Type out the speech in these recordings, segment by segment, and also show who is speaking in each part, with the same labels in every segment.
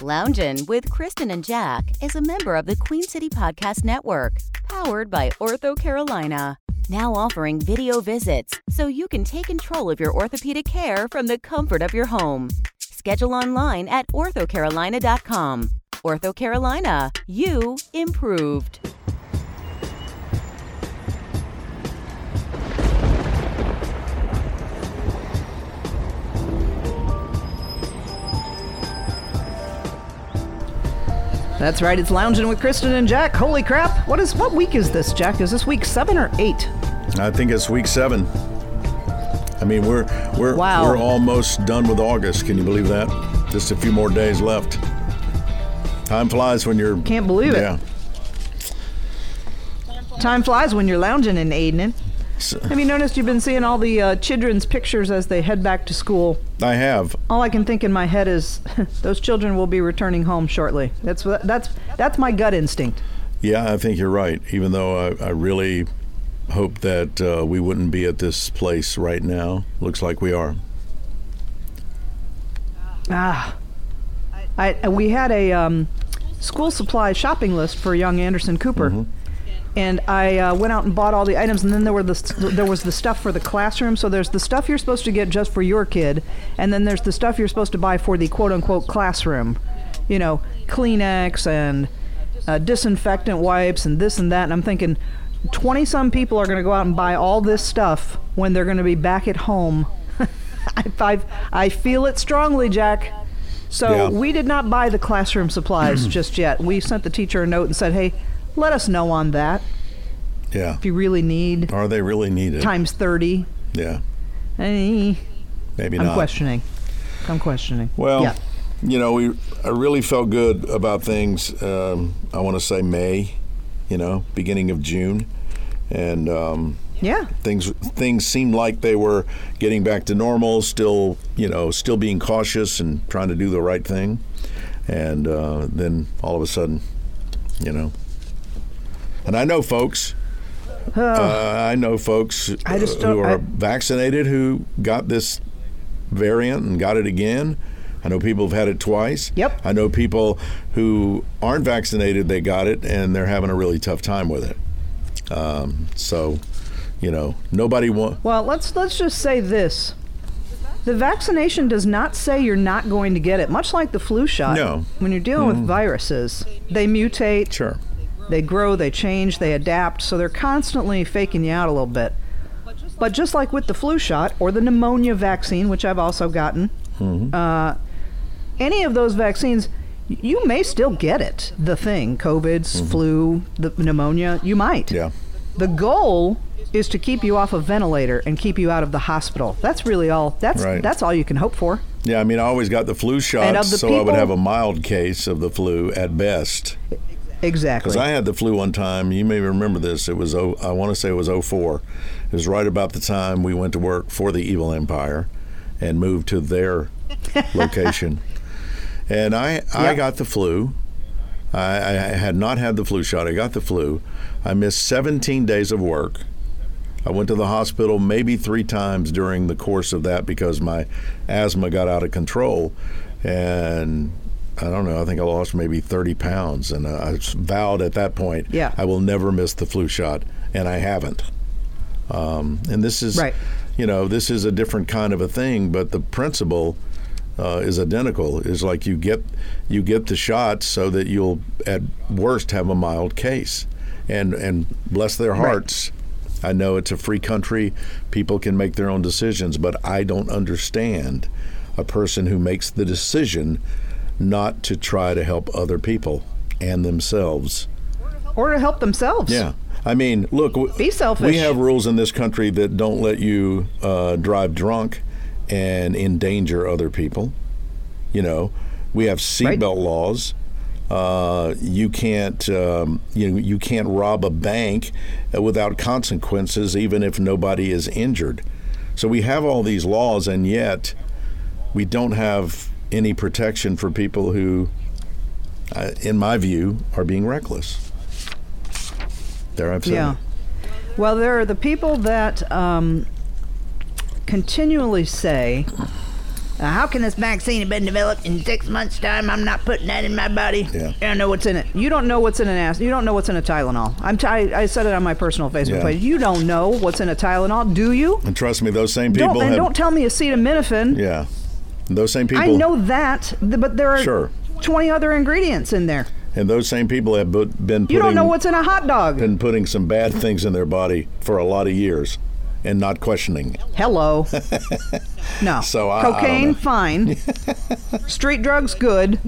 Speaker 1: Loungin' with Kristen and Jack is a member of the Queen City Podcast Network, powered by Ortho Carolina. Now offering video visits so you can take control of your orthopedic care from the comfort of your home. Schedule online at orthocarolina.com. Ortho Carolina, you improved.
Speaker 2: That's right. It's lounging with Kristen and Jack. Holy crap! What is what week is this, Jack? Is this week seven or eight?
Speaker 3: I think it's week seven. I mean, we're we're
Speaker 2: Wow.
Speaker 3: we're almost done with August. Can you believe that? Just a few more days left. Time flies when you're.
Speaker 2: Can't believe it.
Speaker 3: yeah.
Speaker 2: Time flies when you're lounging in Aiden.
Speaker 3: So-
Speaker 2: Have you noticed you've been seeing all the uh, children's pictures as they head back to school?
Speaker 3: I have.
Speaker 2: All I can think in my head is those children will be returning home shortly. That's what, that's that's my gut instinct.
Speaker 3: Yeah, I think you're right. Even though I, I really hope that uh, we wouldn't be at this place right now. Looks like we are.
Speaker 2: Ah, I, I- we had a um, school supply shopping list for young Anderson Cooper, and I uh, went out and bought all the items. And then there were the st- there was the stuff for the classroom. So there's the stuff you're supposed to get just for your kid, and then there's the stuff you're supposed to buy for the quote unquote classroom. You know, Kleenex and uh, disinfectant wipes and this and that. And I'm thinking, twenty some people are going to go out and buy all this stuff when they're going to be back at home. I, I, I feel it strongly, Jack. So
Speaker 3: Yeah.
Speaker 2: we did not buy the classroom supplies just yet. We sent the teacher a note and said, "Hey, let us know on that
Speaker 3: Yeah.
Speaker 2: if you really need
Speaker 3: Are they really needed?
Speaker 2: times 30."
Speaker 3: Yeah.
Speaker 2: Eh,
Speaker 3: Maybe
Speaker 2: I'm
Speaker 3: not.
Speaker 2: questioning. I'm questioning.
Speaker 3: Well,
Speaker 2: yeah.
Speaker 3: you know, we I really felt good about things. Um, I want to say May, you know, beginning of June, and um,
Speaker 2: Yeah.
Speaker 3: things things seemed like they were getting back to normal. Still, you know, still being cautious and trying to do the right thing. And uh, then all of a sudden, you know, and I know folks. Uh, I know folks
Speaker 2: I just
Speaker 3: uh,
Speaker 2: don't-
Speaker 3: who are
Speaker 2: I-
Speaker 3: vaccinated who got this variant and got it again. I know people have had it twice.
Speaker 2: Yep.
Speaker 3: I know people who aren't vaccinated, they got it, and they're having a really tough time with it. Um, so, you know, nobody wants.
Speaker 2: Well, let's let's just say this. The vaccination does not say you're not going to get it, much like the flu shot.
Speaker 3: No. Mm-hmm.
Speaker 2: When you're dealing with viruses, they mutate,
Speaker 3: Sure.
Speaker 2: they grow, they change, they adapt, so they're constantly faking you out a little bit. But just like with the flu shot or the pneumonia vaccine, which I've also gotten,
Speaker 3: Mm-hmm.
Speaker 2: uh, any of those vaccines, y- you may still get it. The thing, COVID's, flu, the pneumonia, you might.
Speaker 3: Mm-hmm. Yeah.
Speaker 2: The goal is to keep you off a ventilator and keep you out of the hospital. That's really all. That's
Speaker 3: Right.
Speaker 2: that's all you can hope for.
Speaker 3: Yeah, I mean, I always got the flu shot,
Speaker 2: of
Speaker 3: so
Speaker 2: the
Speaker 3: I would
Speaker 2: people-
Speaker 3: have a mild case of the flu at best.
Speaker 2: Exactly.
Speaker 3: Because I had the flu one time. You may remember this. It was oh, I want to say it was 04. It was right about the time we went to work for the Evil Empire, and moved to their location. And I I
Speaker 2: Yep.
Speaker 3: got the flu. I, I had not had the flu shot. I got the flu. I missed 17 days of work. I went to the hospital maybe three times during the course of that because my asthma got out of control. And I don't know, I think I lost maybe 30 pounds. And uh, I vowed at that point,
Speaker 2: Yeah.
Speaker 3: I will never miss the flu shot. And I haven't. Um, and this is,
Speaker 2: Right.
Speaker 3: you know, this is a different kind of a thing, but the principle uh, is identical. Is like you get you get the shot so that you'll at worst have a mild case, and and bless their hearts. I know it's a free country; people can make their own decisions, but I don't understand a person who makes the decision not to try to help other people and themselves.
Speaker 2: or to help themselves.
Speaker 3: Yeah. I mean, look, w-
Speaker 2: Be selfish.
Speaker 3: We have rules in this country that don't let you uh, drive drunk and endanger other people. You know, we have
Speaker 2: Right.
Speaker 3: seatbelt laws. Uh, you can't um, you know, you can't rob a bank uh, without consequences, even if nobody is injured. So we have all these laws, and yet we don't have any protection for people who, uh, in my view, are being reckless. There, I've said
Speaker 2: Yeah.
Speaker 3: it.
Speaker 2: Well, there are the people that um, continually say
Speaker 4: Now, how can this vaccine have been developed in six months' time? I'm not putting that in my body.
Speaker 3: Yeah.
Speaker 4: I don't know what's in it.
Speaker 2: You don't know what's in an ass. You don't know what's in a Tylenol. I'm t- I, I said it on my personal Facebook
Speaker 3: Yeah.
Speaker 2: page. You don't know what's in a Tylenol, do you?
Speaker 3: And trust me, those same people
Speaker 2: Don't, and
Speaker 3: have.
Speaker 2: don't tell me acetaminophen.
Speaker 3: yeah, those same people.
Speaker 2: I know that, th- but there are
Speaker 3: Sure.
Speaker 2: 20 other ingredients in there.
Speaker 3: And those same people have bu- been putting,
Speaker 2: You don't know what's in a hot dog.
Speaker 3: been putting some bad things in their body for a lot of years, and not questioning.
Speaker 2: Hello. no.
Speaker 3: So I- I don't
Speaker 2: cocaine,
Speaker 3: know.
Speaker 2: fine. Street drugs, good,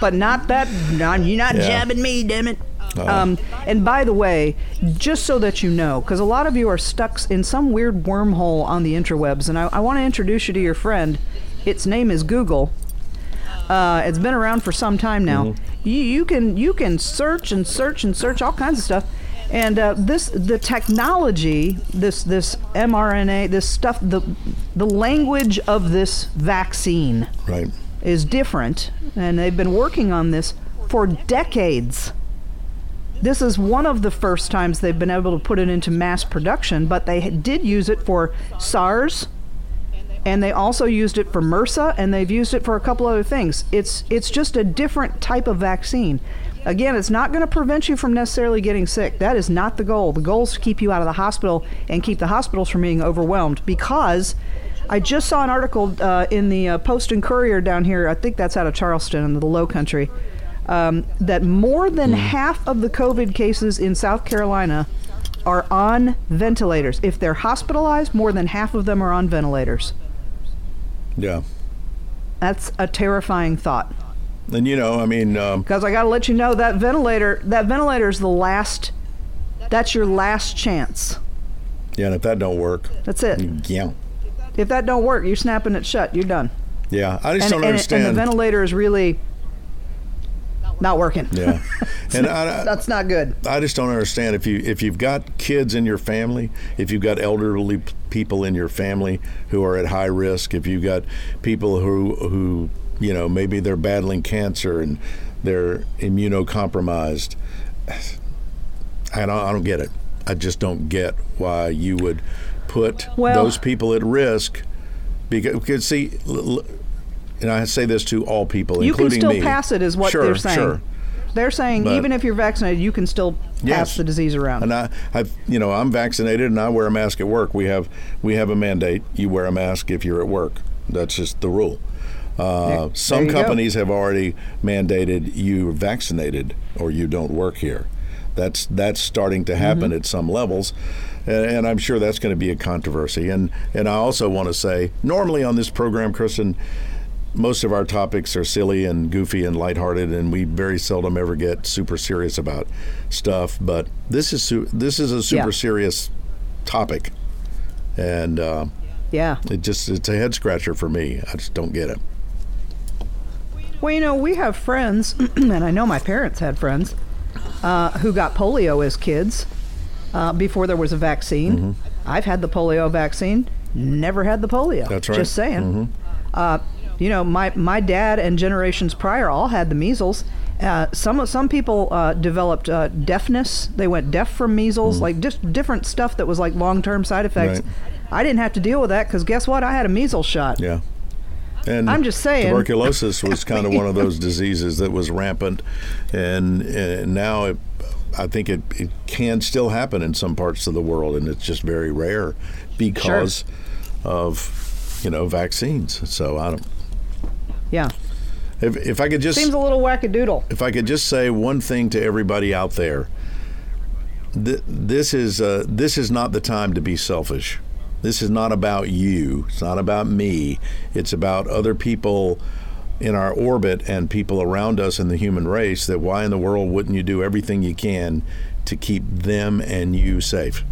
Speaker 2: but not that. Not,
Speaker 4: You're not
Speaker 3: Yeah.
Speaker 4: jabbing me, damn it.
Speaker 2: Um, and by the way, just so that you know, because a lot of you are stuck in some weird wormhole on the interwebs, and I, I want to introduce you to your friend. Its name is Google. Uh, it's been around for some time now. You, you can you can search and search and search all kinds of stuff. And uh, this the technology, this this mRNA, this stuff, the the language of this vaccine
Speaker 3: Right.
Speaker 2: is different, and they've been working on this for decades. This is one of the first times they've been able to put it into mass production, but they did use it for SARS, and they also used it for MRSA, and they've used it for a couple other things. It's it's just a different type of vaccine. Again, it's not going to prevent you from necessarily getting sick. That is not the goal. The goal is to keep you out of the hospital and keep the hospitals from being overwhelmed. Because I just saw an article uh, in the uh, Post and Courier down here. I think that's out of Charleston in the Low Country. Um, that more than half of the COVID cases in South Carolina are on ventilators. If they're hospitalized, more than half of them are on ventilators.
Speaker 3: Yeah.
Speaker 2: That's a terrifying thought.
Speaker 3: And you know, I mean, um,
Speaker 2: Because I got to let you know that ventilator, that ventilator is the last. That's your last chance.
Speaker 3: yeah. And if that don't work,
Speaker 2: That's it.
Speaker 3: yeah,
Speaker 2: If that don't work, you're snapping it shut. You're done.
Speaker 3: yeah. I just
Speaker 2: And,
Speaker 3: don't
Speaker 2: and, and
Speaker 3: understand.
Speaker 2: the ventilator is really not working.
Speaker 3: yeah. and I,
Speaker 2: That's not good.
Speaker 3: I just don't understand if you if you've got kids in your family, if you've got elderly p- people in your family who are at high risk, if you've got people who who you know maybe they're battling cancer and they're immunocompromised. I don't I don't get it. I just don't get why you would put
Speaker 2: Well-
Speaker 3: those people at risk because, because see. L- l- and I say this to all people,
Speaker 2: You can
Speaker 3: including
Speaker 2: still
Speaker 3: me.
Speaker 2: pass it, is what
Speaker 3: sure,
Speaker 2: they're saying.
Speaker 3: Sure,
Speaker 2: They're saying
Speaker 3: But-
Speaker 2: even if you're vaccinated, you can still pass
Speaker 3: Yes.
Speaker 2: the disease around.
Speaker 3: And I, I've, you know, I'm vaccinated and I wear a mask at work. We have, we have a mandate. You wear a mask if you're at work. That's just the rule. Uh, some
Speaker 2: you go.
Speaker 3: companies have already mandated you vaccinated or you don't work here. That's that's starting to happen
Speaker 2: Mm-hmm.
Speaker 3: at some levels, and, and I'm sure that's going to be a controversy. And and I also want to say, normally on this program, Kristen, most of our topics are silly and goofy and lighthearted, and we very seldom ever get super serious about stuff. But this is su- this is a super
Speaker 2: Yeah.
Speaker 3: serious topic, and uh,
Speaker 2: yeah.
Speaker 3: it just it's a head scratcher for me. I just don't get it.
Speaker 2: Well, you know, we have friends, and I know my parents had friends uh, who got polio as kids uh, before there was a vaccine.
Speaker 3: Mm-hmm.
Speaker 2: I've had the polio vaccine, never had the polio.
Speaker 3: That's right. Mm-hmm.
Speaker 2: Just saying. Uh, you know, my, my dad and generations prior all had the measles. Uh, some of- some people uh, developed uh, deafness. They went deaf from measles,
Speaker 3: Mm-hmm.
Speaker 2: like just different stuff that was like long term side effects. I didn't have to deal with that because guess what? I had a measles shot.
Speaker 3: Yeah. And
Speaker 2: I'm just saying.
Speaker 3: tuberculosis was kind of one of those diseases that was rampant, and, and now it, I think it, it can still happen in some parts of the world, and it's just very rare because of you know vaccines. So I don't.
Speaker 2: Yeah.
Speaker 3: If, if I could just
Speaker 2: Seems a little wackadoodle.
Speaker 3: if I could just say one thing to everybody out there, th- this is uh, this is not the time to be selfish. This is not about you. It's not about me. It's about other people in our orbit and people around us in the human race. That why in the world wouldn't you do everything you can to keep them and you safe?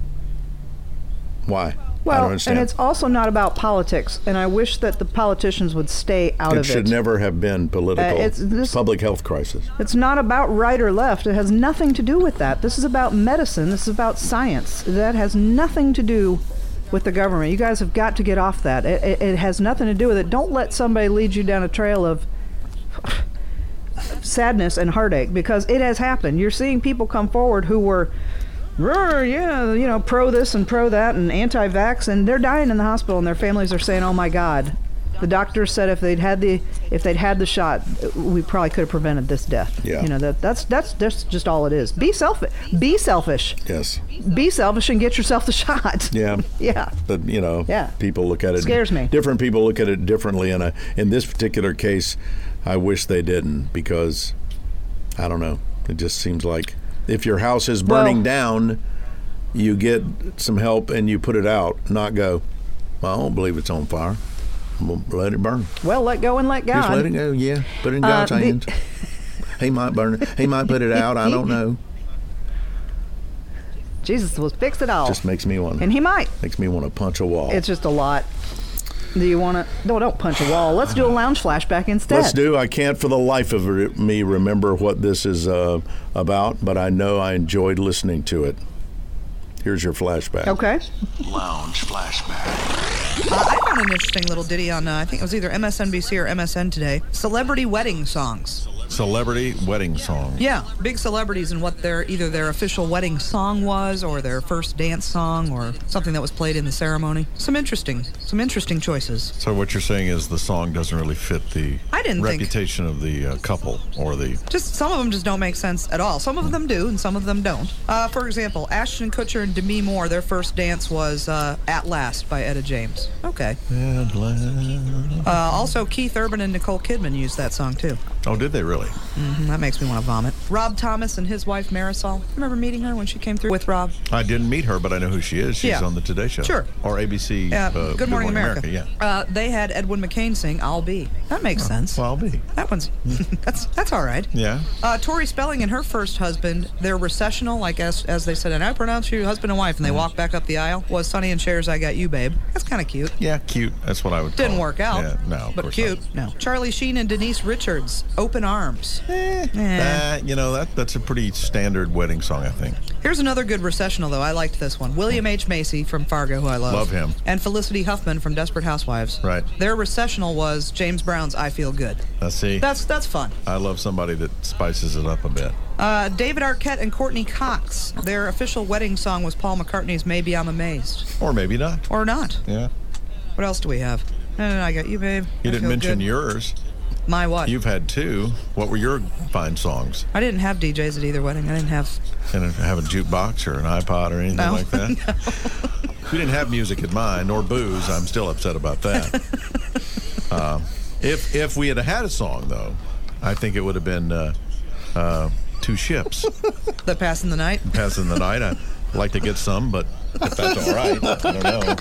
Speaker 3: Why? I don't
Speaker 2: Well,
Speaker 3: understand.
Speaker 2: and it's also not about politics, and I wish that the politicians would stay out
Speaker 3: it
Speaker 2: of
Speaker 3: should
Speaker 2: it. Uh,
Speaker 3: never have been political.
Speaker 2: it's- this-
Speaker 3: public health crisis.
Speaker 2: it's not about right or left. It has nothing to do with that. This is about medicine. This is about science. That has nothing to do with the government. You guys have got to get off that. It, it, it has nothing to do with it. Don't let somebody lead you down a trail of sadness and heartache because it has happened. You're seeing people come forward who were, "Rrr, yeah, you know, pro this and pro that and anti-vax, and they're dying in the hospital, and their families are saying, "Oh my God, The doctor said if they'd had the if they'd had the shot, we probably could have prevented this death.
Speaker 3: Yeah.
Speaker 2: You know that that's that's that's just all it is. Be selfish. Be selfish.
Speaker 3: Yes.
Speaker 2: Be selfish and get yourself the shot.
Speaker 3: Yeah.
Speaker 2: Yeah.
Speaker 3: But you know,
Speaker 2: Yeah.
Speaker 3: people look at it.
Speaker 2: Scares me.
Speaker 3: Different people look at it differently, and I, in this particular case, I wish they didn't because I don't know. It just seems like if your house is burning
Speaker 2: Well-
Speaker 3: down, you get some help and you put it out, not go. Well, I don't believe it's on fire. Well, let it burn.
Speaker 2: Well, let go and let God.
Speaker 3: Just let it go. Yeah, put it in God's
Speaker 2: Uh, the-
Speaker 3: hands. he might burn it. He might put it out. I don't know.
Speaker 2: Jesus will fix it all.
Speaker 3: Just makes me want.
Speaker 2: and he might.
Speaker 3: makes me want to punch a wall.
Speaker 2: It's just a lot. Do you want to? No, don't punch a wall. Let's do a lounge flashback instead.
Speaker 3: Let's do. I can't for the life of re- me remember what this is uh, about, but I know I enjoyed listening to it. Here's your flashback.
Speaker 2: Okay.
Speaker 5: Lounge flashback.
Speaker 6: Uh, I found an interesting little ditty on, uh, I think it was either MSNBC or MSN today. Celebrity wedding songs.
Speaker 7: Celebrity wedding song.
Speaker 6: Yeah, big celebrities and what their either their official wedding song was, or their first dance song, or something that was played in the ceremony. Some interesting, some interesting choices.
Speaker 7: So what you're saying is the song doesn't really fit the
Speaker 6: I didn't think-
Speaker 7: reputation of the uh, couple or the
Speaker 6: Just some of them just don't make sense at all. Some of them do, and some of them don't. Uh, for example, Ashton Kutcher and Demi Moore, their first dance was uh, "At Last" by Etta James. Okay. Uh, also, Keith Urban and Nicole Kidman used that song too.
Speaker 7: Oh, did they really?
Speaker 6: Mm, That makes me want to vomit. Rob Thomas and his wife Marisol. Remember meeting her when she came through with Rob?
Speaker 3: Uh,
Speaker 7: I didn't meet her, but I know who she is. She's
Speaker 6: Yeah.
Speaker 7: on the Today Show.
Speaker 6: Sure.
Speaker 7: Or ABC.
Speaker 6: Yeah.
Speaker 7: uh,
Speaker 6: Good, Morning, America.
Speaker 7: Yeah.
Speaker 6: Uh, they had Edwin McCain sing "I'll Be." That makes sense.
Speaker 7: Well, I'll be.
Speaker 6: that one's that's that's all right.
Speaker 7: Yeah.
Speaker 6: Uh, Tori Spelling and her first husband, their recessional, like as, as they said, and I pronounce you husband and wife, and they
Speaker 7: Mm-hmm.
Speaker 6: walked back up the aisle, was Sonny and Cher's I Got You, Babe. That's kind of cute.
Speaker 7: Yeah, cute. That's what I would.
Speaker 6: Didn't
Speaker 7: call it.
Speaker 6: work out.
Speaker 7: Oh, Yeah, no. of
Speaker 6: But
Speaker 7: course
Speaker 6: cute.
Speaker 7: not.
Speaker 6: No. Charlie Sheen and Denise Richards, Open Arms.
Speaker 7: Eh,
Speaker 6: Eh.
Speaker 7: that- you know that that's a pretty standard wedding song, I think.
Speaker 6: Here's another good recessional, though. I liked this one. William H. Macy from Fargo, who I love.
Speaker 7: Love him.
Speaker 6: And Felicity Huffman from Desperate Housewives.
Speaker 7: Right.
Speaker 6: Their recessional was James Brown's I Feel Good.
Speaker 7: Let's see.
Speaker 6: That's that's fun.
Speaker 7: I love somebody that spices it up a bit.
Speaker 6: Uh, David Arquette and Courtney Cox. Their official wedding song was Paul McCartney's Maybe I'm Amazed.
Speaker 7: Or maybe not.
Speaker 6: Or not.
Speaker 7: Yeah.
Speaker 6: What else do we have? No, no, no, I got you, babe.
Speaker 7: You
Speaker 6: I
Speaker 7: didn't
Speaker 6: feel
Speaker 7: mention
Speaker 6: good.
Speaker 7: yours.
Speaker 6: My what?
Speaker 7: You've had two. What were your fine songs?
Speaker 6: I didn't have DJs at either wedding. I didn't have.
Speaker 7: And have a jukebox or an iPod or anything
Speaker 6: No.
Speaker 7: like that? We didn't have music at mine or booze. I'm still upset about that. Uh, if if we had had a song though, I think it would have been uh, uh, two ships
Speaker 6: The passing the night.
Speaker 7: passing the night. I'd like to get some, but if that's all right, I don't know.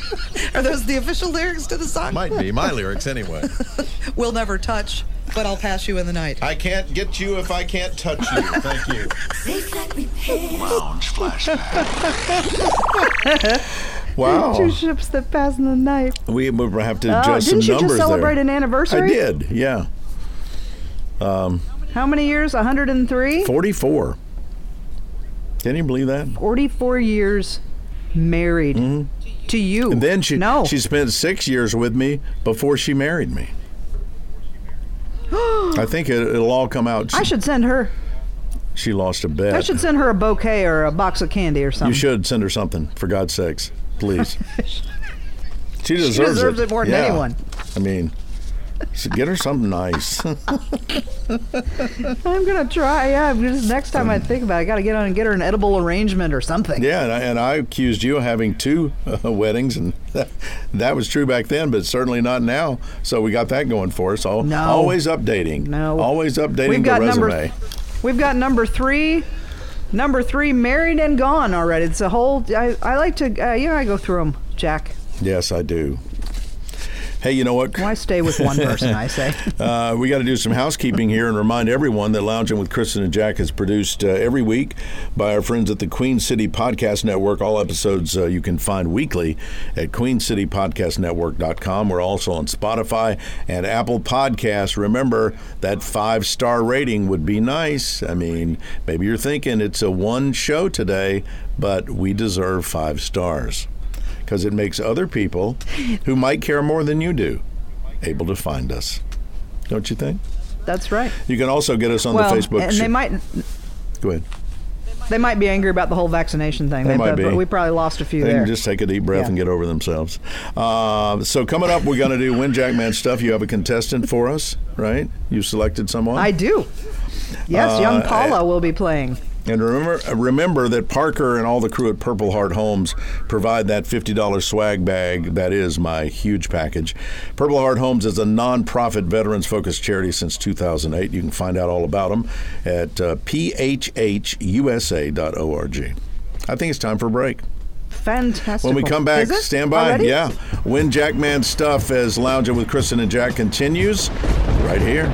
Speaker 6: Are those the official lyrics to the song?
Speaker 7: Might be my lyrics anyway.
Speaker 6: We'll never touch, but I'll pass you in the night.
Speaker 7: I can't get you if I can't touch you. Thank you.
Speaker 5: Lounge flashback.
Speaker 2: Two
Speaker 3: Wow.
Speaker 2: ships that pass in the night.
Speaker 3: we would have to
Speaker 2: Oh,
Speaker 3: adjust some
Speaker 2: didn't you just
Speaker 3: numbers there.
Speaker 2: celebrate an anniversary?
Speaker 3: I did. Yeah.
Speaker 2: How many years? 103.
Speaker 3: 44. Can you believe that?
Speaker 2: 44 years married to you.
Speaker 3: Mm-hmm. And then she
Speaker 2: no.
Speaker 3: she spent six years with me before she married me. I think it, it'll all come out. She,
Speaker 2: I should send her.
Speaker 3: she lost a bet.
Speaker 2: I should send her a bouquet or a box of candy or something.
Speaker 3: You should send her something, for God's sakes, please. she deserves,
Speaker 2: deserves it more than
Speaker 3: Yeah.
Speaker 2: anyone.
Speaker 3: I mean, so get her something nice.
Speaker 2: I'm gonna try. Yeah, I'm just next time I think about, it, I gotta get on and get her an edible arrangement or something.
Speaker 3: yeah, and I, and I accused you of having two uh, weddings, and that, that was true back then, but certainly not now. So we got that going for us. All,
Speaker 2: No.
Speaker 3: Always updating.
Speaker 2: No.
Speaker 3: Always updating
Speaker 2: We've got
Speaker 3: the resume.
Speaker 2: number. We've got number three. Number three, married and gone already. It's a whole. I, I like to. Uh, you know, I go through them, Jack.
Speaker 3: Yes, I do. Hey, you know what?
Speaker 2: Why stay with one person? I say.
Speaker 3: Uh, we got to do some housekeeping here and remind everyone that Lounging with Kristen and Jack is produced uh, every week by our friends at the Queen City Podcast Network. All episodes uh, you can find weekly at queencitypodcastnetwork.com. We're also on Spotify and Apple Podcasts. Remember, that five star rating would be nice. I mean, maybe you're thinking it's a one show today, but we deserve five stars because it makes other people who might care more than you do able to find us. Don't you think?
Speaker 2: That's right.
Speaker 3: You can also get us on
Speaker 2: well,
Speaker 3: the Facebook.
Speaker 2: and they
Speaker 3: sh-
Speaker 2: might.
Speaker 3: Go ahead.
Speaker 2: They might be angry about the whole vaccination thing.
Speaker 3: They might
Speaker 2: but
Speaker 3: be.
Speaker 2: We probably lost a few
Speaker 3: They
Speaker 2: there.
Speaker 3: can just take a deep breath
Speaker 2: Yeah.
Speaker 3: and get over themselves. Uh, so coming up, we're going to do Win Jackman stuff. You have a contestant for us, right? You selected someone.
Speaker 2: I do. Yes, young
Speaker 3: Uh,
Speaker 2: Paula will be playing.
Speaker 3: and remember, remember that Parker and all the crew at Purple Heart Homes provide that $50 swag bag that is my huge package. Purple Heart Homes is a nonprofit veterans focused charity since 2008. You can find out all about them at uh, phhusa.org. I think it's time for a break.
Speaker 2: Fantastic.
Speaker 3: When we come back,
Speaker 2: Is it?
Speaker 3: stand by.
Speaker 2: Already?
Speaker 3: Yeah. Win Jackman stuff as Lounging with Kristen and Jack continues right here.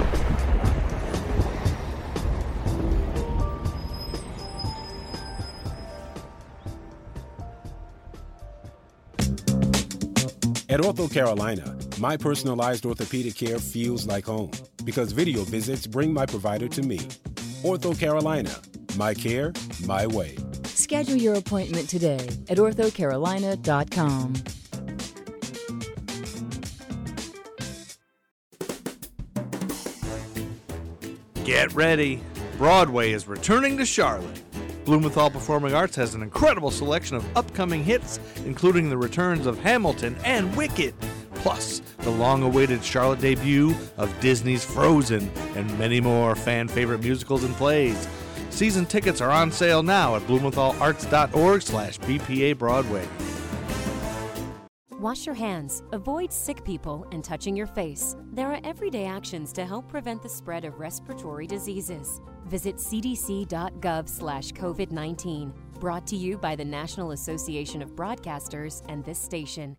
Speaker 8: At Ortho Carolina, my personalized orthopedic care feels like home because video visits bring my provider to me. Ortho Carolina, my care, my way.
Speaker 9: Schedule your appointment today at orthocarolina.com.
Speaker 10: Get ready. Broadway is returning to Charlotte. Blumenthal Performing Arts has an incredible selection of upcoming hits, including the returns of Hamilton and Wicked, plus the long awaited Charlotte debut of Disney's Frozen, and many more fan favorite musicals and plays. Season tickets are on sale now at blumenthalarts.org slash BPA Broadway.
Speaker 11: Wash your hands, avoid sick people, and touching your face. There are everyday actions to help prevent the spread of respiratory diseases. Visit cdc.gov slash COVID-19. Brought to you by the National Association of Broadcasters and this station.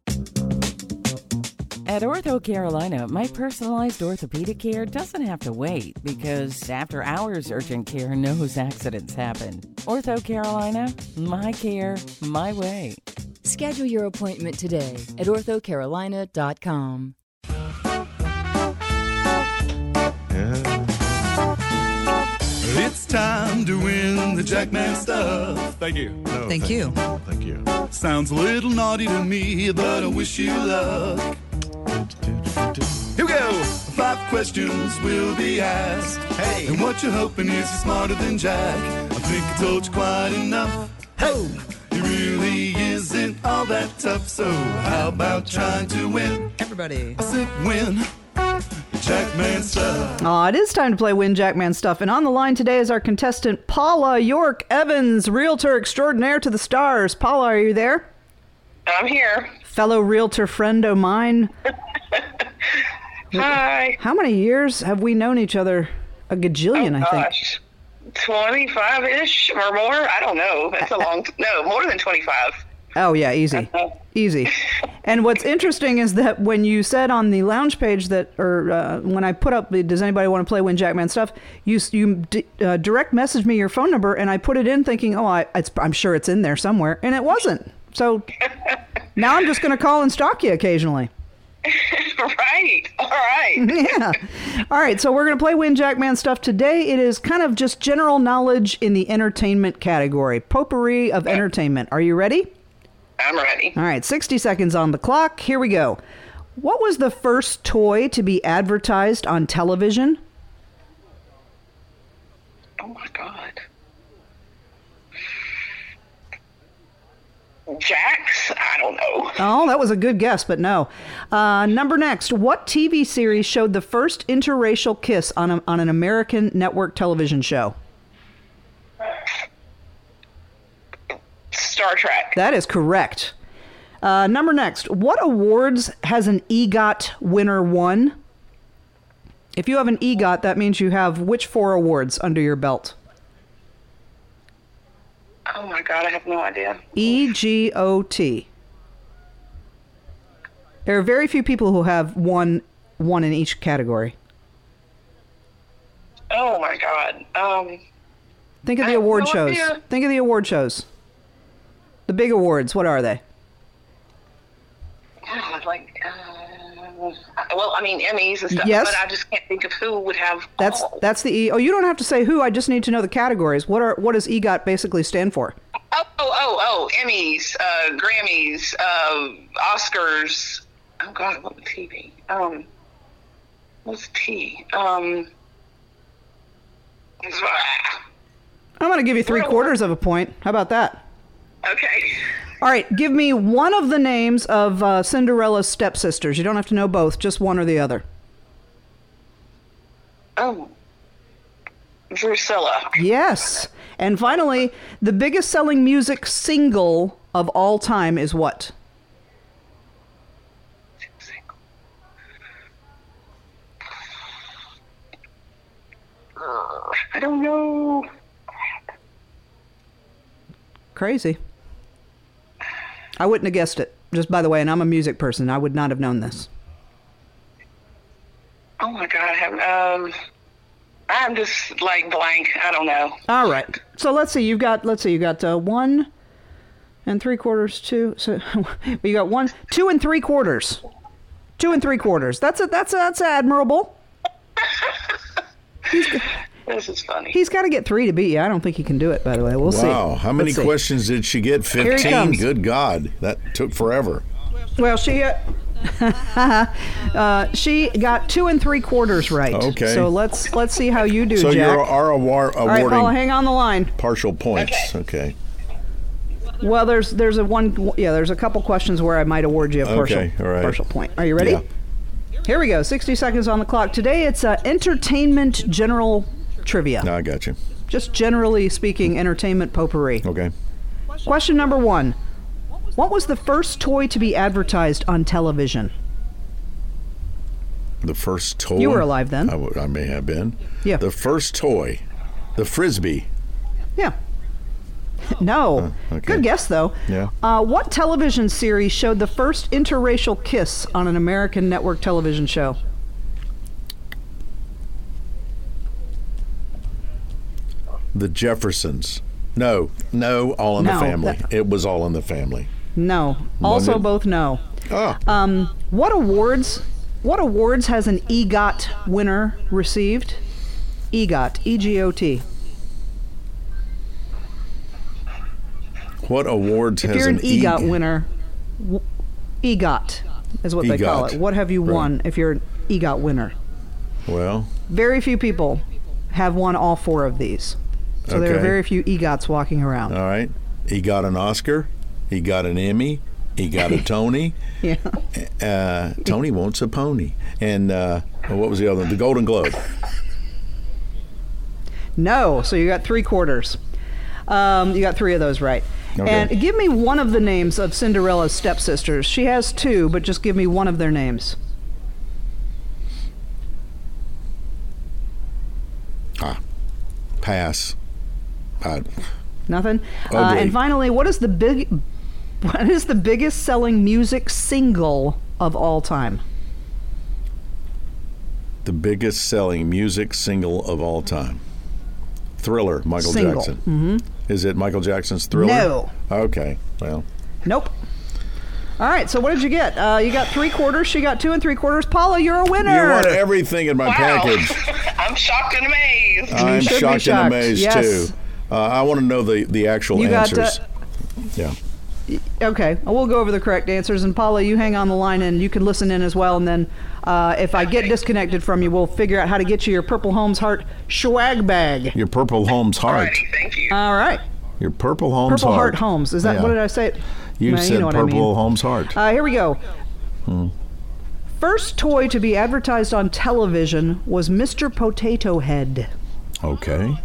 Speaker 12: At Ortho Carolina, my personalized orthopedic care doesn't have to wait because after hours urgent care knows accidents happen. Ortho Carolina, my care, my way.
Speaker 9: Schedule your appointment today at orthocarolina.com.
Speaker 10: It's time to win the Jackman stuff. Thank you.
Speaker 7: No,
Speaker 6: Thank you.
Speaker 7: Thank you.
Speaker 10: Sounds a little naughty to me, but I wish you luck. Here we go. Five questions will be asked. Hey. And what you're hoping is you're smarter than Jack. I think I told you quite enough. Ho! It really isn't all that tough, so how about trying to win?
Speaker 6: Everybody.
Speaker 10: I said win. Jackman stuff.
Speaker 2: Aw, it is time to play Win Jackman stuff. And on the line today is our contestant, Paula York Evans, realtor extraordinaire to the stars. Paula, are you there?
Speaker 13: I'm here.
Speaker 2: Fellow realtor friend of mine.
Speaker 13: Hi.
Speaker 2: How many years have we known each other? A gajillion, I think.
Speaker 13: Oh, Gosh, 25 ish or more? I don't know. That's a long, no, more than 25.
Speaker 2: Oh yeah, easy, easy. And what's interesting is that when you said on the lounge page that, or uh, when I put up, the, does anybody want to play Win Jackman stuff? You s- you d- uh, direct messaged me your phone number, and I put it in thinking, oh, I, it's, I'm sure it's in there somewhere, and it wasn't. So now I'm just going to call and stalk you occasionally.
Speaker 13: right. All right.
Speaker 2: yeah. All right. So we're going to play Win Jackman stuff today. It is kind of just general knowledge in the entertainment category, potpourri of entertainment. Are you ready?
Speaker 13: I'm ready.
Speaker 2: All right, 60 seconds on the clock. Here we go. What was the first toy to be advertised on television?
Speaker 13: Oh my God. Jax? I don't know.
Speaker 2: Oh, that was a good guess, but no. Uh, number next. What TV series showed the first interracial kiss on, a, on an American network television show?
Speaker 13: Star Trek.
Speaker 2: That is correct. Uh, number next. What awards has an EGOT winner won? If you have an EGOT, that means you have which four awards under your belt?
Speaker 13: Oh my God, I have no idea.
Speaker 2: E G O T. There are very few people who have one one in each category.
Speaker 13: Oh my God. Um,
Speaker 2: Think of
Speaker 13: I
Speaker 2: the
Speaker 13: have
Speaker 2: award
Speaker 13: no
Speaker 2: shows.
Speaker 13: idea.
Speaker 2: Think of the award shows. The big awards, what are they?
Speaker 13: God, like, uh, well, I mean, Emmys and stuff,
Speaker 2: Yes.
Speaker 13: but I just can't think of who would have.
Speaker 2: That's
Speaker 13: all.
Speaker 2: that's the E. Oh, you don't have to say who. I just need to know the categories. What are what does E EGOT basically stand for?
Speaker 13: Oh, oh, oh, oh, Emmys, uh, Grammys, uh, Oscars. Oh God, what was TV? Um, what's T? Um, it's- ah,
Speaker 2: I'm going to give you three quarters of a point. How about that? Okay. All right, give me one of the names of uh, Cinderella's stepsisters. You don't have to know both, just one or the other.
Speaker 13: Oh, Drusilla.
Speaker 2: Yes. And finally, the biggest selling music single of all time is what?
Speaker 13: Grr, I don't know.
Speaker 2: Crazy. I wouldn't have guessed it, just by the way, and I'm a music person. I would not have known this.
Speaker 13: Oh my God, I have. Um, I'm just like blank. I don't know.
Speaker 2: All right. So let's see. You've got let's see. You got uh, one and three quarters, two. So you got one, two and three quarters, two and three quarters. That's a that's a, that's admirable.
Speaker 13: This is funny.
Speaker 2: He's got to get three to beat you. I don't think he can do it. By the way, we'll see.
Speaker 3: wow, how many
Speaker 2: Let's see.
Speaker 3: questions did she get?
Speaker 2: Here he
Speaker 3: Fifteen.
Speaker 2: comes.
Speaker 3: Good God, that took forever.
Speaker 2: Well, she. Uh, uh, she got two and three quarters right.
Speaker 3: Okay.
Speaker 2: So let's let's see how you do,
Speaker 3: so
Speaker 2: Jack.
Speaker 3: you are awar-
Speaker 2: All right,
Speaker 3: awarding
Speaker 2: Paula, hang on the line.
Speaker 3: partial points. Okay.
Speaker 2: Well, there's there's a one yeah there's a couple questions where I might award you a partial
Speaker 3: Okay, all right.
Speaker 2: partial point. Are you ready? Here we go. 60 seconds on the clock. Today it's uh, entertainment general trivia.
Speaker 3: I got you.
Speaker 2: Just generally speaking, entertainment potpourri.
Speaker 3: Okay.
Speaker 2: Question number one What was the first toy to be advertised on television?
Speaker 3: The first toy.
Speaker 2: You were alive then.
Speaker 3: I, w- I may have been.
Speaker 2: Yeah.
Speaker 3: The first toy, the frisbee.
Speaker 2: Yeah. no.
Speaker 3: Oh, okay.
Speaker 2: Good guess, though.
Speaker 3: Yeah.
Speaker 2: Uh, what television series showed the first interracial kiss on an American network television show?
Speaker 3: The Jeffersons. No, no, all in
Speaker 2: No,
Speaker 3: the family.
Speaker 2: that-
Speaker 3: it was all in the family.
Speaker 2: No. Also,
Speaker 3: Monday-
Speaker 2: both no.
Speaker 3: Oh.
Speaker 2: Um, what awards? What awards has an EGOT winner received? EGOT, E G O T.
Speaker 3: What awards
Speaker 2: If
Speaker 3: has
Speaker 2: you're an
Speaker 3: E-
Speaker 2: EGOT winner, w- EGOT is what they call
Speaker 3: EGOT,
Speaker 2: it. What have you
Speaker 3: right.
Speaker 2: won if you're an E EGOT winner?
Speaker 3: Well,
Speaker 2: Very few people have won all four of these. So there are
Speaker 3: Okay.
Speaker 2: very few EGOTs walking around.
Speaker 3: all right. He got an Oscar. He got an Emmy. He got a Tony.
Speaker 2: Yeah.
Speaker 3: uh, Tony wants a pony. And uh, what was the other one? The Golden Globe.
Speaker 2: No, so you got three quarters. Um, you got three of those right.
Speaker 3: Okay.
Speaker 2: And give me one of the names of Cinderella's stepsisters. She has two, but just give me one of their names.
Speaker 3: Ah, pass. Uh, I,
Speaker 2: Nothing. Uh,
Speaker 3: Ugly.
Speaker 2: and finally, what is the big, what is the biggest selling music single of all time?
Speaker 3: the biggest selling music single of all time. Thriller, Michael
Speaker 2: Single.
Speaker 3: Jackson.
Speaker 2: Mhm.
Speaker 3: Is it Michael Jackson's Thriller?
Speaker 2: No.
Speaker 3: Okay. Well,
Speaker 2: Nope. All right. So what did you get? Uh, you got three quarters. She got two and three quarters. Paula, you're a winner.
Speaker 3: you want everything in my package.
Speaker 13: I'm shocked and amazed.
Speaker 3: I'm
Speaker 2: should be
Speaker 3: shocked, and
Speaker 2: shocked.
Speaker 3: amazed
Speaker 2: Yes.
Speaker 3: too. Uh, I want to know the the actual
Speaker 2: You got,
Speaker 3: answers.
Speaker 2: uh,
Speaker 3: yeah.
Speaker 2: Okay, we'll go over the correct answers. And Paula, you hang on the line and you can listen in as well. And then uh, if I get disconnected from you, we'll figure out how to get you your Purple Holmes Heart swag bag.
Speaker 3: Your Purple Holmes heart.
Speaker 2: All right.
Speaker 3: Your Purple Holmes
Speaker 2: Purple Heart
Speaker 3: heart.
Speaker 2: Holmes. Is that
Speaker 3: Yeah.
Speaker 2: what did I say?
Speaker 3: You
Speaker 2: No,
Speaker 3: said
Speaker 2: know what I
Speaker 3: Purple
Speaker 2: mean.
Speaker 3: Holmes heart.
Speaker 2: Uh, here we go.
Speaker 3: Hmm.
Speaker 2: First toy to be advertised on television was Mr. Potato Head.
Speaker 3: Okay.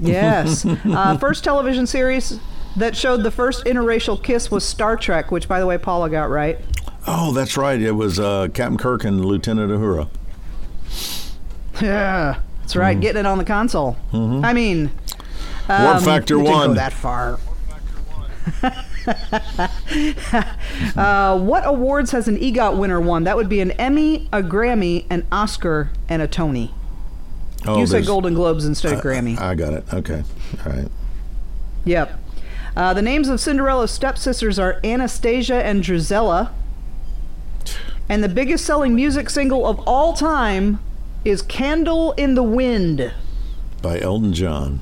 Speaker 2: Yes. uh, first television series that showed the first interracial kiss was Star Trek, which, by the way, Paula got right.
Speaker 3: Oh, that's right. It was uh, Captain Kirk and Lieutenant Uhura.
Speaker 2: Yeah, that's right.
Speaker 3: Mhm.
Speaker 2: Getting it on the console.
Speaker 3: Mhm.
Speaker 2: I mean,
Speaker 3: Warp
Speaker 2: um,
Speaker 3: factor
Speaker 2: you didn't
Speaker 3: one.
Speaker 2: Go that far. uh, what awards has an EGOT winner won? That would be an Emmy, a Grammy, an Oscar, and a Tony.
Speaker 3: Oh,
Speaker 2: you said
Speaker 3: there's-
Speaker 2: Golden Globes instead
Speaker 3: I-
Speaker 2: of Grammy.
Speaker 3: I, got it. Okay. All right.
Speaker 2: Yep. Uh, the names of Cinderella's stepsisters are Anastasia and Drizella. And the biggest selling music single of all time is Candle in the Wind.
Speaker 3: By Elton John.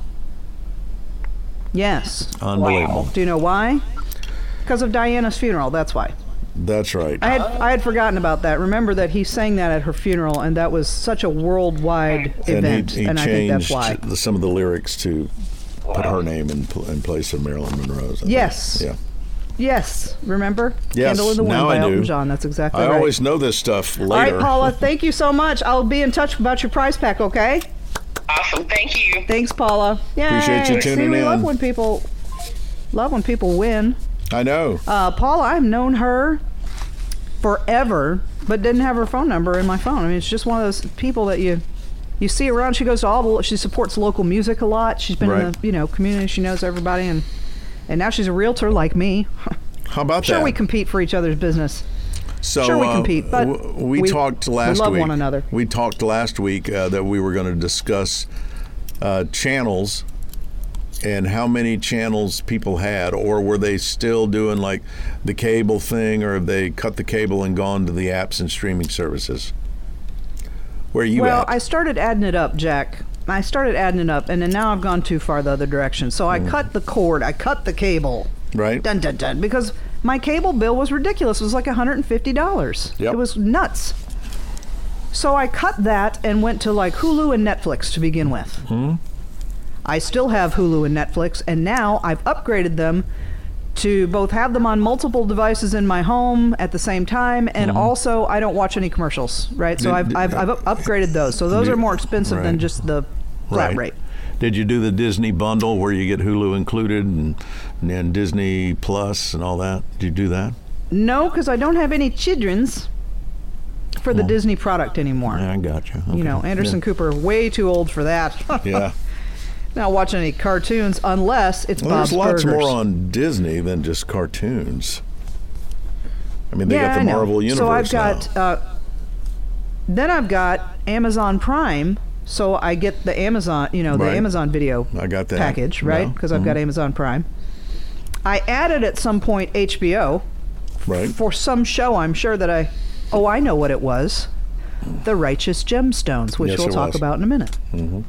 Speaker 2: Yes.
Speaker 3: Unbelievable.
Speaker 2: Do you know why? Because of Diana's funeral, that's why.
Speaker 3: That's right.
Speaker 2: I had I had forgotten about that. Remember that he sang that at her funeral, and that was such a worldwide event,
Speaker 3: and he, he
Speaker 2: and I think that's
Speaker 3: changed
Speaker 2: why.
Speaker 3: the- some of the lyrics to put her name in, pl- in place of Marilyn Monroe's. I think.
Speaker 2: Yes.
Speaker 3: Yeah.
Speaker 2: Yes, remember?
Speaker 3: Yes,
Speaker 2: Candle in the Wind
Speaker 3: now
Speaker 2: by
Speaker 3: I do.
Speaker 2: Elton John. That's exactly
Speaker 3: I
Speaker 2: right.
Speaker 3: always know this stuff later.
Speaker 2: All right, Paula, thank you so much. I'll be in touch about your prize pack, okay?
Speaker 13: Awesome. Thank you.
Speaker 2: Thanks, Paula. Yay.
Speaker 3: Appreciate you
Speaker 2: See,
Speaker 3: tuning
Speaker 2: we love
Speaker 3: in.
Speaker 2: when people love when people win.
Speaker 3: I know.
Speaker 2: Uh, Paula, I've known her forever, but didn't have her phone number in my phone. I mean, it's just one of those people that you you see around. She goes to all the. lo- She supports local music a lot. She's been in
Speaker 3: Right.
Speaker 2: the you know community. She knows everybody, and and now she's a realtor like me.
Speaker 3: How about
Speaker 2: sure
Speaker 3: that?
Speaker 2: we compete for each other's business.
Speaker 3: So
Speaker 2: sure we
Speaker 3: uh,
Speaker 2: compete, but
Speaker 3: w- we, talked last
Speaker 2: We love
Speaker 3: week.
Speaker 2: one another.
Speaker 3: We talked last week uh, that we were going to discuss uh, channels and how many channels people had, or were they still doing like the cable thing, or have they cut the cable and gone to the apps and streaming services? Where are you
Speaker 2: well,
Speaker 3: at?
Speaker 2: I started adding it up, Jack. I started adding it up, and then now I've gone too far the other direction. So
Speaker 3: Mm.
Speaker 2: I cut the cord, I cut the cable.
Speaker 3: Right.
Speaker 2: Dun dun dun. Because my cable bill was ridiculous. It was like $150.
Speaker 3: Yep.
Speaker 2: It was nuts. So I cut that and went to like Hulu and Netflix to begin with.
Speaker 5: Hmm?
Speaker 2: I still have Hulu and Netflix, and now I've upgraded them to both have them on multiple devices in my home at the same time, and also I don't watch any commercials, right? So
Speaker 3: Did-
Speaker 2: I've,
Speaker 3: Mm-hmm. did-
Speaker 2: I've, I've up- upgraded those. So those
Speaker 3: Did-
Speaker 2: are more expensive than
Speaker 3: right.
Speaker 2: just the flat
Speaker 3: Right.
Speaker 2: rate.
Speaker 3: Did you do the Disney bundle where you get Hulu included and, and then Disney Plus and all that? Did you do that?
Speaker 2: No, because I don't have any children's for the
Speaker 3: Well,
Speaker 2: Disney product anymore.
Speaker 3: I got you.
Speaker 2: You know, Anderson Cooper, way too old for that.
Speaker 3: Yeah.
Speaker 2: Not watching any cartoons unless it's
Speaker 3: Well,
Speaker 2: Bob's
Speaker 3: there's lots
Speaker 2: Burgers.
Speaker 3: more on Disney than just cartoons. I mean, they
Speaker 2: yeah,
Speaker 3: got the
Speaker 2: I know.
Speaker 3: Marvel Universe.
Speaker 2: So I've
Speaker 3: now.
Speaker 2: got. Uh, then I've got Amazon Prime, so I get the Amazon, you know, the
Speaker 3: Right.
Speaker 2: Amazon video
Speaker 3: I got that
Speaker 2: package, right?
Speaker 3: Yeah.
Speaker 2: Because I've got
Speaker 3: Mhm.
Speaker 2: Amazon Prime. I added at some point HBO
Speaker 3: Right.
Speaker 2: for some show. I'm sure that I. Oh, I know what it was. The Righteous Gemstones, which
Speaker 3: Yes,
Speaker 2: we'll
Speaker 3: it
Speaker 2: talk
Speaker 3: was.
Speaker 2: about in a minute.
Speaker 3: hmm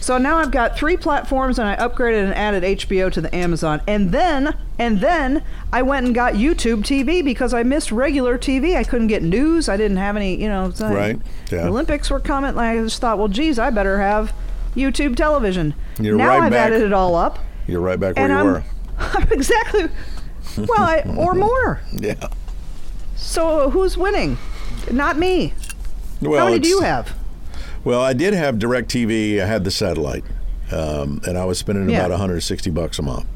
Speaker 2: So now I've got three platforms, and I upgraded and added HBO to the Amazon, and then and then I went and got YouTube TV because I missed regular TV. I couldn't get news. I didn't have any, you know. it's like-
Speaker 3: Right, yeah.
Speaker 2: The Olympics were coming. and I just thought, well, geez, I better have YouTube television.
Speaker 3: You're
Speaker 2: now
Speaker 3: right
Speaker 2: I've
Speaker 3: back
Speaker 2: added it all up,
Speaker 3: You're right back where
Speaker 2: and
Speaker 3: you
Speaker 2: I'm,
Speaker 3: were.
Speaker 2: I'm exactly well, I, or more.
Speaker 3: Yeah.
Speaker 2: So who's winning? Not me.
Speaker 3: Well,
Speaker 2: How many do
Speaker 3: it's-
Speaker 2: you have?
Speaker 3: Well, I did have DirecTV. I had the satellite, um, and I was spending
Speaker 2: Yeah.
Speaker 3: about 160 bucks a month.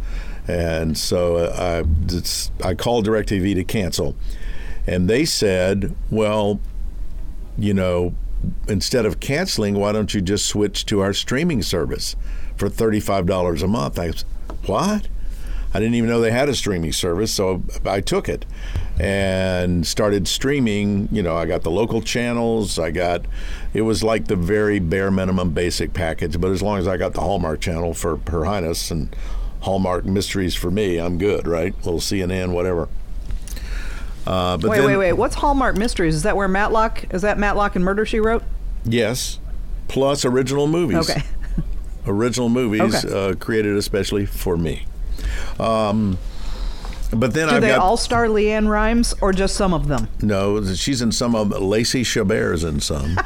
Speaker 3: And so uh, I it's- I called DirecTV to cancel, and they said, "Well, you know, instead of canceling, why don't you just switch to our streaming service for $35 a month?" I was, "What?" I didn't even know they had a streaming service, so I took it and started streaming. You know, I got the local channels. I got it was like the very bare minimum basic package, but as long as I got the Hallmark channel for Her Highness and Hallmark Mysteries for me, I'm good, right? Little CNN, whatever. Uh, but
Speaker 2: wait,
Speaker 3: then,
Speaker 2: wait, wait. What's Hallmark Mysteries? Is that where Matlock? Is that Matlock and Murder She Wrote?
Speaker 3: Yes, plus original movies.
Speaker 2: Okay.
Speaker 3: original movies
Speaker 2: Okay.
Speaker 3: uh, created especially for me. Um, but then
Speaker 2: Do
Speaker 3: I've
Speaker 2: they
Speaker 3: uh, got
Speaker 2: all star Leanne rhymes or just some of them?
Speaker 3: No, she's in some of them. Lacey Chabert's in some.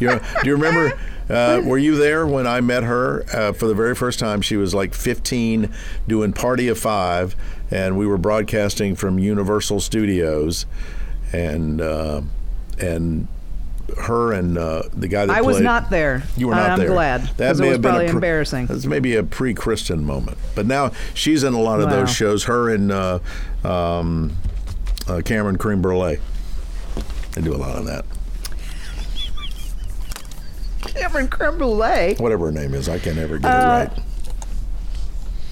Speaker 3: you know, do you remember? Uh, were you there when I met her uh, for the very first time? She was like 15, doing Party of Five, and we were broadcasting from Universal Studios, and uh, and her and uh, the guy that
Speaker 2: I was
Speaker 3: played-
Speaker 2: not there.
Speaker 3: You were
Speaker 2: And
Speaker 3: not
Speaker 2: I'm
Speaker 3: there.
Speaker 2: glad, 'cause it was probably
Speaker 3: a
Speaker 2: embarrassing.
Speaker 3: That's maybe a pre-Kristen moment, but now she's in a lot of
Speaker 2: Wow.
Speaker 3: those shows. Her and uh, um, uh, Cameron Cream Brulee. They do a lot of that.
Speaker 2: Cameron Creme Brulee.
Speaker 3: Whatever her name is, I can never get
Speaker 2: Uh,
Speaker 3: it right.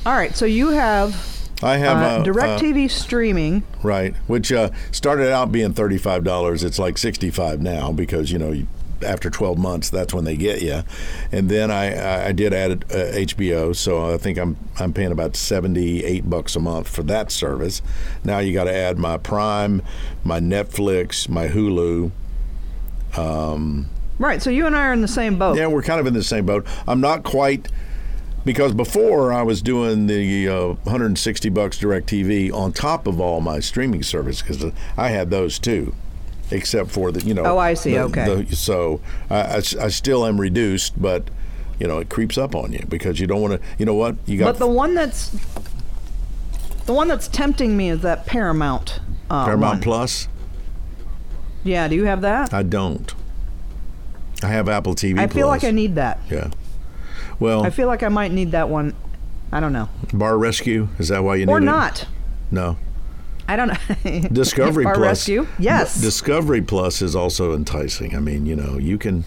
Speaker 2: All right, so you have
Speaker 3: I have uh,
Speaker 2: uh,
Speaker 3: uh,
Speaker 2: DirecTV streaming.
Speaker 3: right? Which uh, started out being thirty-five dollars. It's like sixty-five now because you know you, after twelve months, that's when they get you. And then I, I- I did add uh, HBO, so I think I'm I'm paying about seventy-eight bucks a month for that service. Now you got to add my Prime, my Netflix, my Hulu. Um,
Speaker 2: Right, so you and I are in the same boat.
Speaker 3: Yeah, we're kind of in the same boat. I'm not quite because before I was doing the uh, 160 bucks direct TV on top of all my streaming service because I had those too, except for the you know.
Speaker 2: Oh, I see.
Speaker 3: the-
Speaker 2: Okay.
Speaker 3: the- so I, I s- I still am reduced, but you know it creeps up on you because you don't want to. You know what you got.
Speaker 2: but the one that's the one that's tempting me is that Paramount. Uh,
Speaker 3: Paramount
Speaker 2: one.
Speaker 3: Plus.
Speaker 2: Yeah. Do you have that?
Speaker 3: I don't. I have Apple TV.
Speaker 2: I feel like I
Speaker 3: Plus.
Speaker 2: need that.
Speaker 3: Yeah. Well,
Speaker 2: I feel like I might need that one. I don't know.
Speaker 3: Bar Rescue is that why you need
Speaker 2: Or
Speaker 3: it?
Speaker 2: not.
Speaker 3: No.
Speaker 2: I don't know.
Speaker 3: Discovery
Speaker 2: Bar
Speaker 3: Plus.
Speaker 2: Rescue. Yes.
Speaker 3: Discovery Plus is also enticing. I mean, you know, you can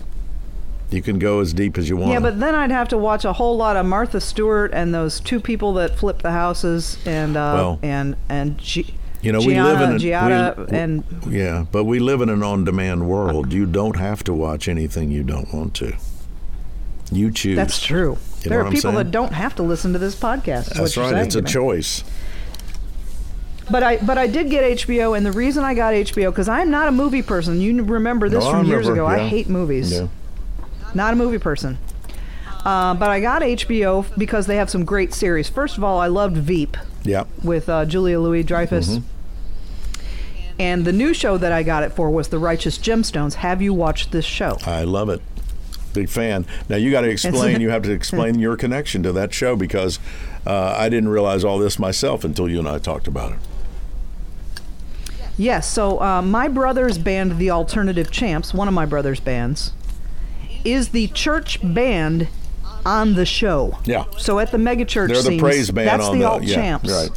Speaker 3: you can go as deep as you want.
Speaker 2: Yeah, but then I'd have to watch a whole lot of Martha Stewart and those two people that flip the houses and uh,
Speaker 3: Well,
Speaker 2: and and G-
Speaker 3: you know, we
Speaker 2: Gianna,
Speaker 3: live in a
Speaker 2: Giada
Speaker 3: we-
Speaker 2: and
Speaker 3: yeah, but we live in an on-demand world. You don't have to watch anything you don't want to. You choose.
Speaker 2: that's true.
Speaker 3: You know
Speaker 2: there
Speaker 3: what
Speaker 2: are
Speaker 3: I'm
Speaker 2: people
Speaker 3: saying?
Speaker 2: that don't have to listen to this podcast. is what
Speaker 3: That's
Speaker 2: you're
Speaker 3: right.
Speaker 2: saying
Speaker 3: It's
Speaker 2: to
Speaker 3: a
Speaker 2: me.
Speaker 3: choice.
Speaker 2: But I but I did get HBO, and the reason I got HBO because I'm not a movie person. You remember this
Speaker 3: No, I
Speaker 2: from years
Speaker 3: remember,
Speaker 2: ago. I
Speaker 3: yeah.
Speaker 2: hate movies.
Speaker 3: Yeah.
Speaker 2: Not a movie person. Uh, but I got HBO because they have some great series. First of all, I loved Veep
Speaker 3: Yeah.
Speaker 2: with uh, Julia Louis Dreyfus.
Speaker 3: Mhm.
Speaker 2: And the new show that I got it for was The Righteous Gemstones. Have you watched this show?
Speaker 3: I love it. Big fan. Now you got to explain. you have to explain your connection to that show because uh, I didn't realize all this myself until you and I talked about it.
Speaker 2: Yes. So uh, my brother's band, the Alternative Champs, one of my brother's bands, is the church band on the show.
Speaker 3: Yeah.
Speaker 2: So at the megachurch,
Speaker 3: They're the
Speaker 2: scenes,
Speaker 3: praise band
Speaker 2: That's
Speaker 3: on
Speaker 2: the
Speaker 3: the
Speaker 2: alt
Speaker 3: yeah,
Speaker 2: champs.
Speaker 3: Right.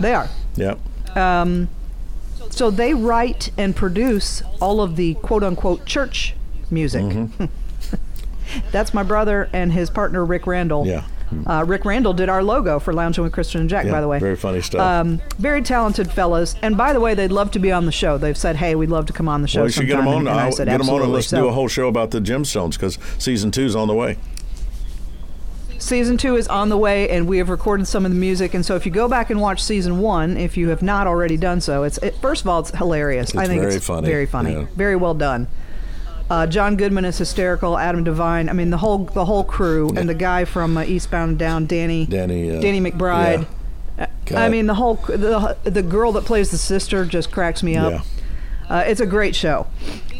Speaker 2: They are.
Speaker 3: Yep.
Speaker 2: Um, so they write and produce all of the quote unquote church music.
Speaker 3: Mm-hmm.
Speaker 2: That's my brother and his partner Rick Randall.
Speaker 3: Yeah.
Speaker 2: Uh, Rick Randall did our logo for Lounging with Christian and Jack,
Speaker 3: Yeah,
Speaker 2: by the way.
Speaker 3: very funny stuff.
Speaker 2: Um, very talented fellas. And by the way, they'd love to be on the show. They've said, "Hey, we'd love to come on the show."
Speaker 3: Well, you should get them
Speaker 2: sometime," And,
Speaker 3: on.
Speaker 2: and I
Speaker 3: I'll
Speaker 2: said,
Speaker 3: get them on and
Speaker 2: "Absolutely."
Speaker 3: let's
Speaker 2: So-
Speaker 3: do a whole show about the gemstones because season two's on the way.
Speaker 2: Season two is on the way, and we have recorded some of the music. And so, if you go back and watch season one, if you have not already done so, it's it, first of all, it's hilarious. I
Speaker 3: It's
Speaker 2: think
Speaker 3: very
Speaker 2: it's
Speaker 3: funny,
Speaker 2: very funny,
Speaker 3: yeah.
Speaker 2: very well done. Uh, John Goodman is hysterical. Adam Devine, I mean the whole the whole crew, and the guy from uh, Eastbound and Down, Danny
Speaker 3: Danny. Uh,
Speaker 2: Danny McBride.
Speaker 3: yeah.
Speaker 2: Uh, I
Speaker 3: God.
Speaker 2: mean the whole the the girl that plays the sister just cracks me up.
Speaker 3: Yeah.
Speaker 2: Uh, it's a great show.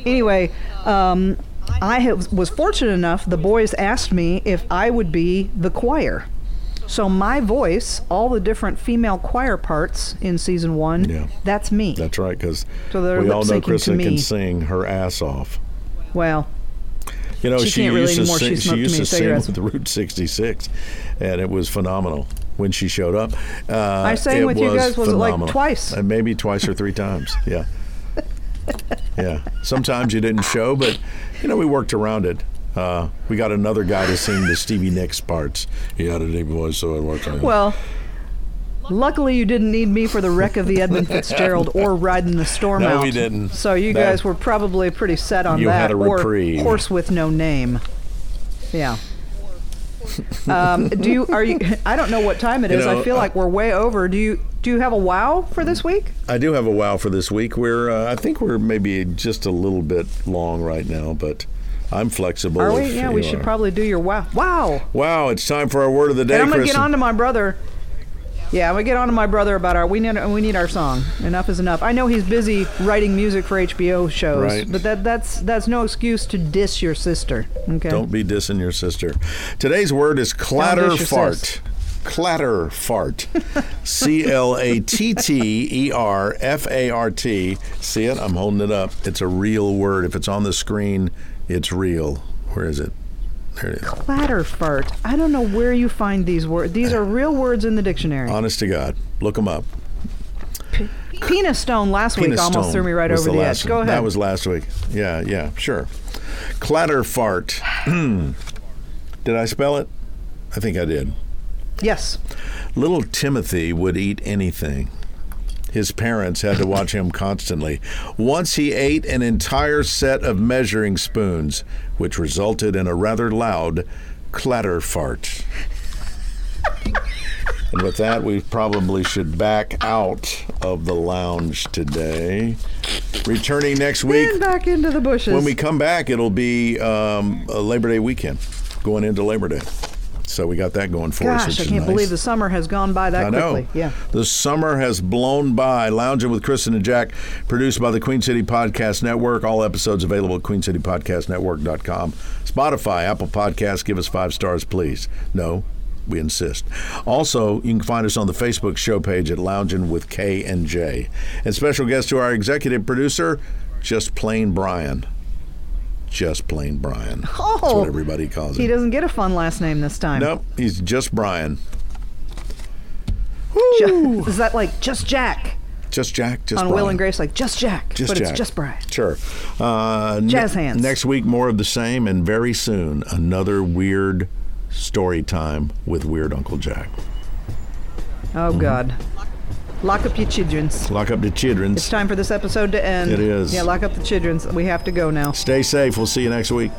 Speaker 2: Anyway, um, I have, was fortunate enough, the boys asked me if I would be the choir. So my voice, all the different female choir parts in season one, that's me.
Speaker 3: That's right. Because
Speaker 2: So they're
Speaker 3: we all know
Speaker 2: lip-syncing to
Speaker 3: Kristen
Speaker 2: me.
Speaker 3: can sing her ass off.
Speaker 2: Well,
Speaker 3: You know,
Speaker 2: She
Speaker 3: she,
Speaker 2: can't really
Speaker 3: used to
Speaker 2: anymore. She
Speaker 3: sing,
Speaker 2: smoked
Speaker 3: she used
Speaker 2: too many
Speaker 3: to sing
Speaker 2: cigarettes.
Speaker 3: with Route 66, and it was phenomenal when she showed up. Uh,
Speaker 2: I sang
Speaker 3: it
Speaker 2: with you guys, was it like
Speaker 3: phenomenal.
Speaker 2: twice?
Speaker 3: Uh, maybe twice or three times. Yeah. yeah. Sometimes you didn't show, but you know we worked around it. Uh, we got another guy to sing the Stevie Nicks parts. He had a deep voice, so it worked. on him.
Speaker 2: well. Luckily, you didn't need me for the wreck of the Edmund Fitzgerald or riding the storm
Speaker 3: No,
Speaker 2: out.
Speaker 3: we didn't.
Speaker 2: So you
Speaker 3: That-
Speaker 2: guys were probably pretty set on
Speaker 3: You
Speaker 2: that.
Speaker 3: had a reprieve.
Speaker 2: Or horse with no name. Yeah. um, do you are you? I don't know what time it
Speaker 3: You
Speaker 2: is. I
Speaker 3: know,
Speaker 2: feel
Speaker 3: uh,
Speaker 2: like we're way over. Do you do you have a wow for this week?
Speaker 3: I do have a wow for this week. We're uh, I think we're maybe just a little bit long right now, but I'm flexible.
Speaker 2: Are we?
Speaker 3: if
Speaker 2: Yeah,
Speaker 3: you
Speaker 2: we should
Speaker 3: are.
Speaker 2: probably do your wow. Wow.
Speaker 3: Wow, it's time for our word of the day,
Speaker 2: and I'm gonna get
Speaker 3: Kristen.
Speaker 2: on to my brother. Yeah, I'm gonna get on to my brother about our. We need we need our song. Enough is enough. I know he's busy writing music for HBO shows,
Speaker 3: Right.
Speaker 2: but that that's that's no excuse to diss your sister. Okay.
Speaker 3: Don't be dissing your sister. Today's word is clatter
Speaker 2: Don't diss your
Speaker 3: fart.
Speaker 2: sis.
Speaker 3: Clatter fart. C L A T T E R F A R T. See it? I'm holding it up. It's a real word. If it's on the screen, it's real. Where is it? There it is.
Speaker 2: Clatter fart. I don't know where you find these words. These are real words in the dictionary.
Speaker 3: Honest to God. Look them up.
Speaker 2: Penis stone last week
Speaker 3: Penis
Speaker 2: almost
Speaker 3: stone
Speaker 2: threw me right
Speaker 3: was
Speaker 2: over the,
Speaker 3: last
Speaker 2: edge. Go
Speaker 3: one.
Speaker 2: ahead.
Speaker 3: That was last week. Yeah, yeah, sure. Clatter fart. did I spell it? I think I did.
Speaker 2: Yes.
Speaker 3: Little Timothy would eat anything. His parents had to watch him constantly. Once he ate an entire set of measuring spoons, which resulted in a rather loud clatter fart. and with that, we probably should back out of the lounge today. Returning next week.
Speaker 2: And back into the bushes.
Speaker 3: When we come back, it'll be um, a Labor Day weekend, going into Labor Day. So we got that going for us.
Speaker 2: Gosh,
Speaker 3: which
Speaker 2: I
Speaker 3: is
Speaker 2: can't
Speaker 3: nice.
Speaker 2: believe the summer has gone by that
Speaker 3: I know.
Speaker 2: quickly. Yeah.
Speaker 3: The summer has blown by. Lounging with Kristen and Jack, produced by the Queen City Podcast Network. All episodes available at queencitypodcastnetwork.com. Spotify, Apple Podcasts, give us five stars, please. No, we insist. Also, you can find us on the Facebook show page at Lounging with K and J. And special guest to our executive producer, just plain Brian. Just plain Brian. That's
Speaker 2: Oh.
Speaker 3: what everybody calls
Speaker 2: He
Speaker 3: him.
Speaker 2: doesn't get a fun last name this time.
Speaker 3: Nope, he's just Brian.
Speaker 2: Ju- Is that like just Jack
Speaker 3: Just Jack. Just
Speaker 2: on
Speaker 3: Brian.
Speaker 2: Will and Grace? Like just Jack,
Speaker 3: Just
Speaker 2: but
Speaker 3: Jack.
Speaker 2: it's just Brian.
Speaker 3: Sure. Uh, ne-
Speaker 2: Jazz hands.
Speaker 3: Next week, more of the same, and very soon, another weird story time with Weird Uncle Jack.
Speaker 2: Oh
Speaker 3: Mm-hmm.
Speaker 2: God. Lock up your childrens.
Speaker 3: Lock up the children.
Speaker 2: It's time for this episode to end.
Speaker 3: It is.
Speaker 2: Yeah, lock up the childrens. We have to go now.
Speaker 3: Stay safe. We'll see you next week.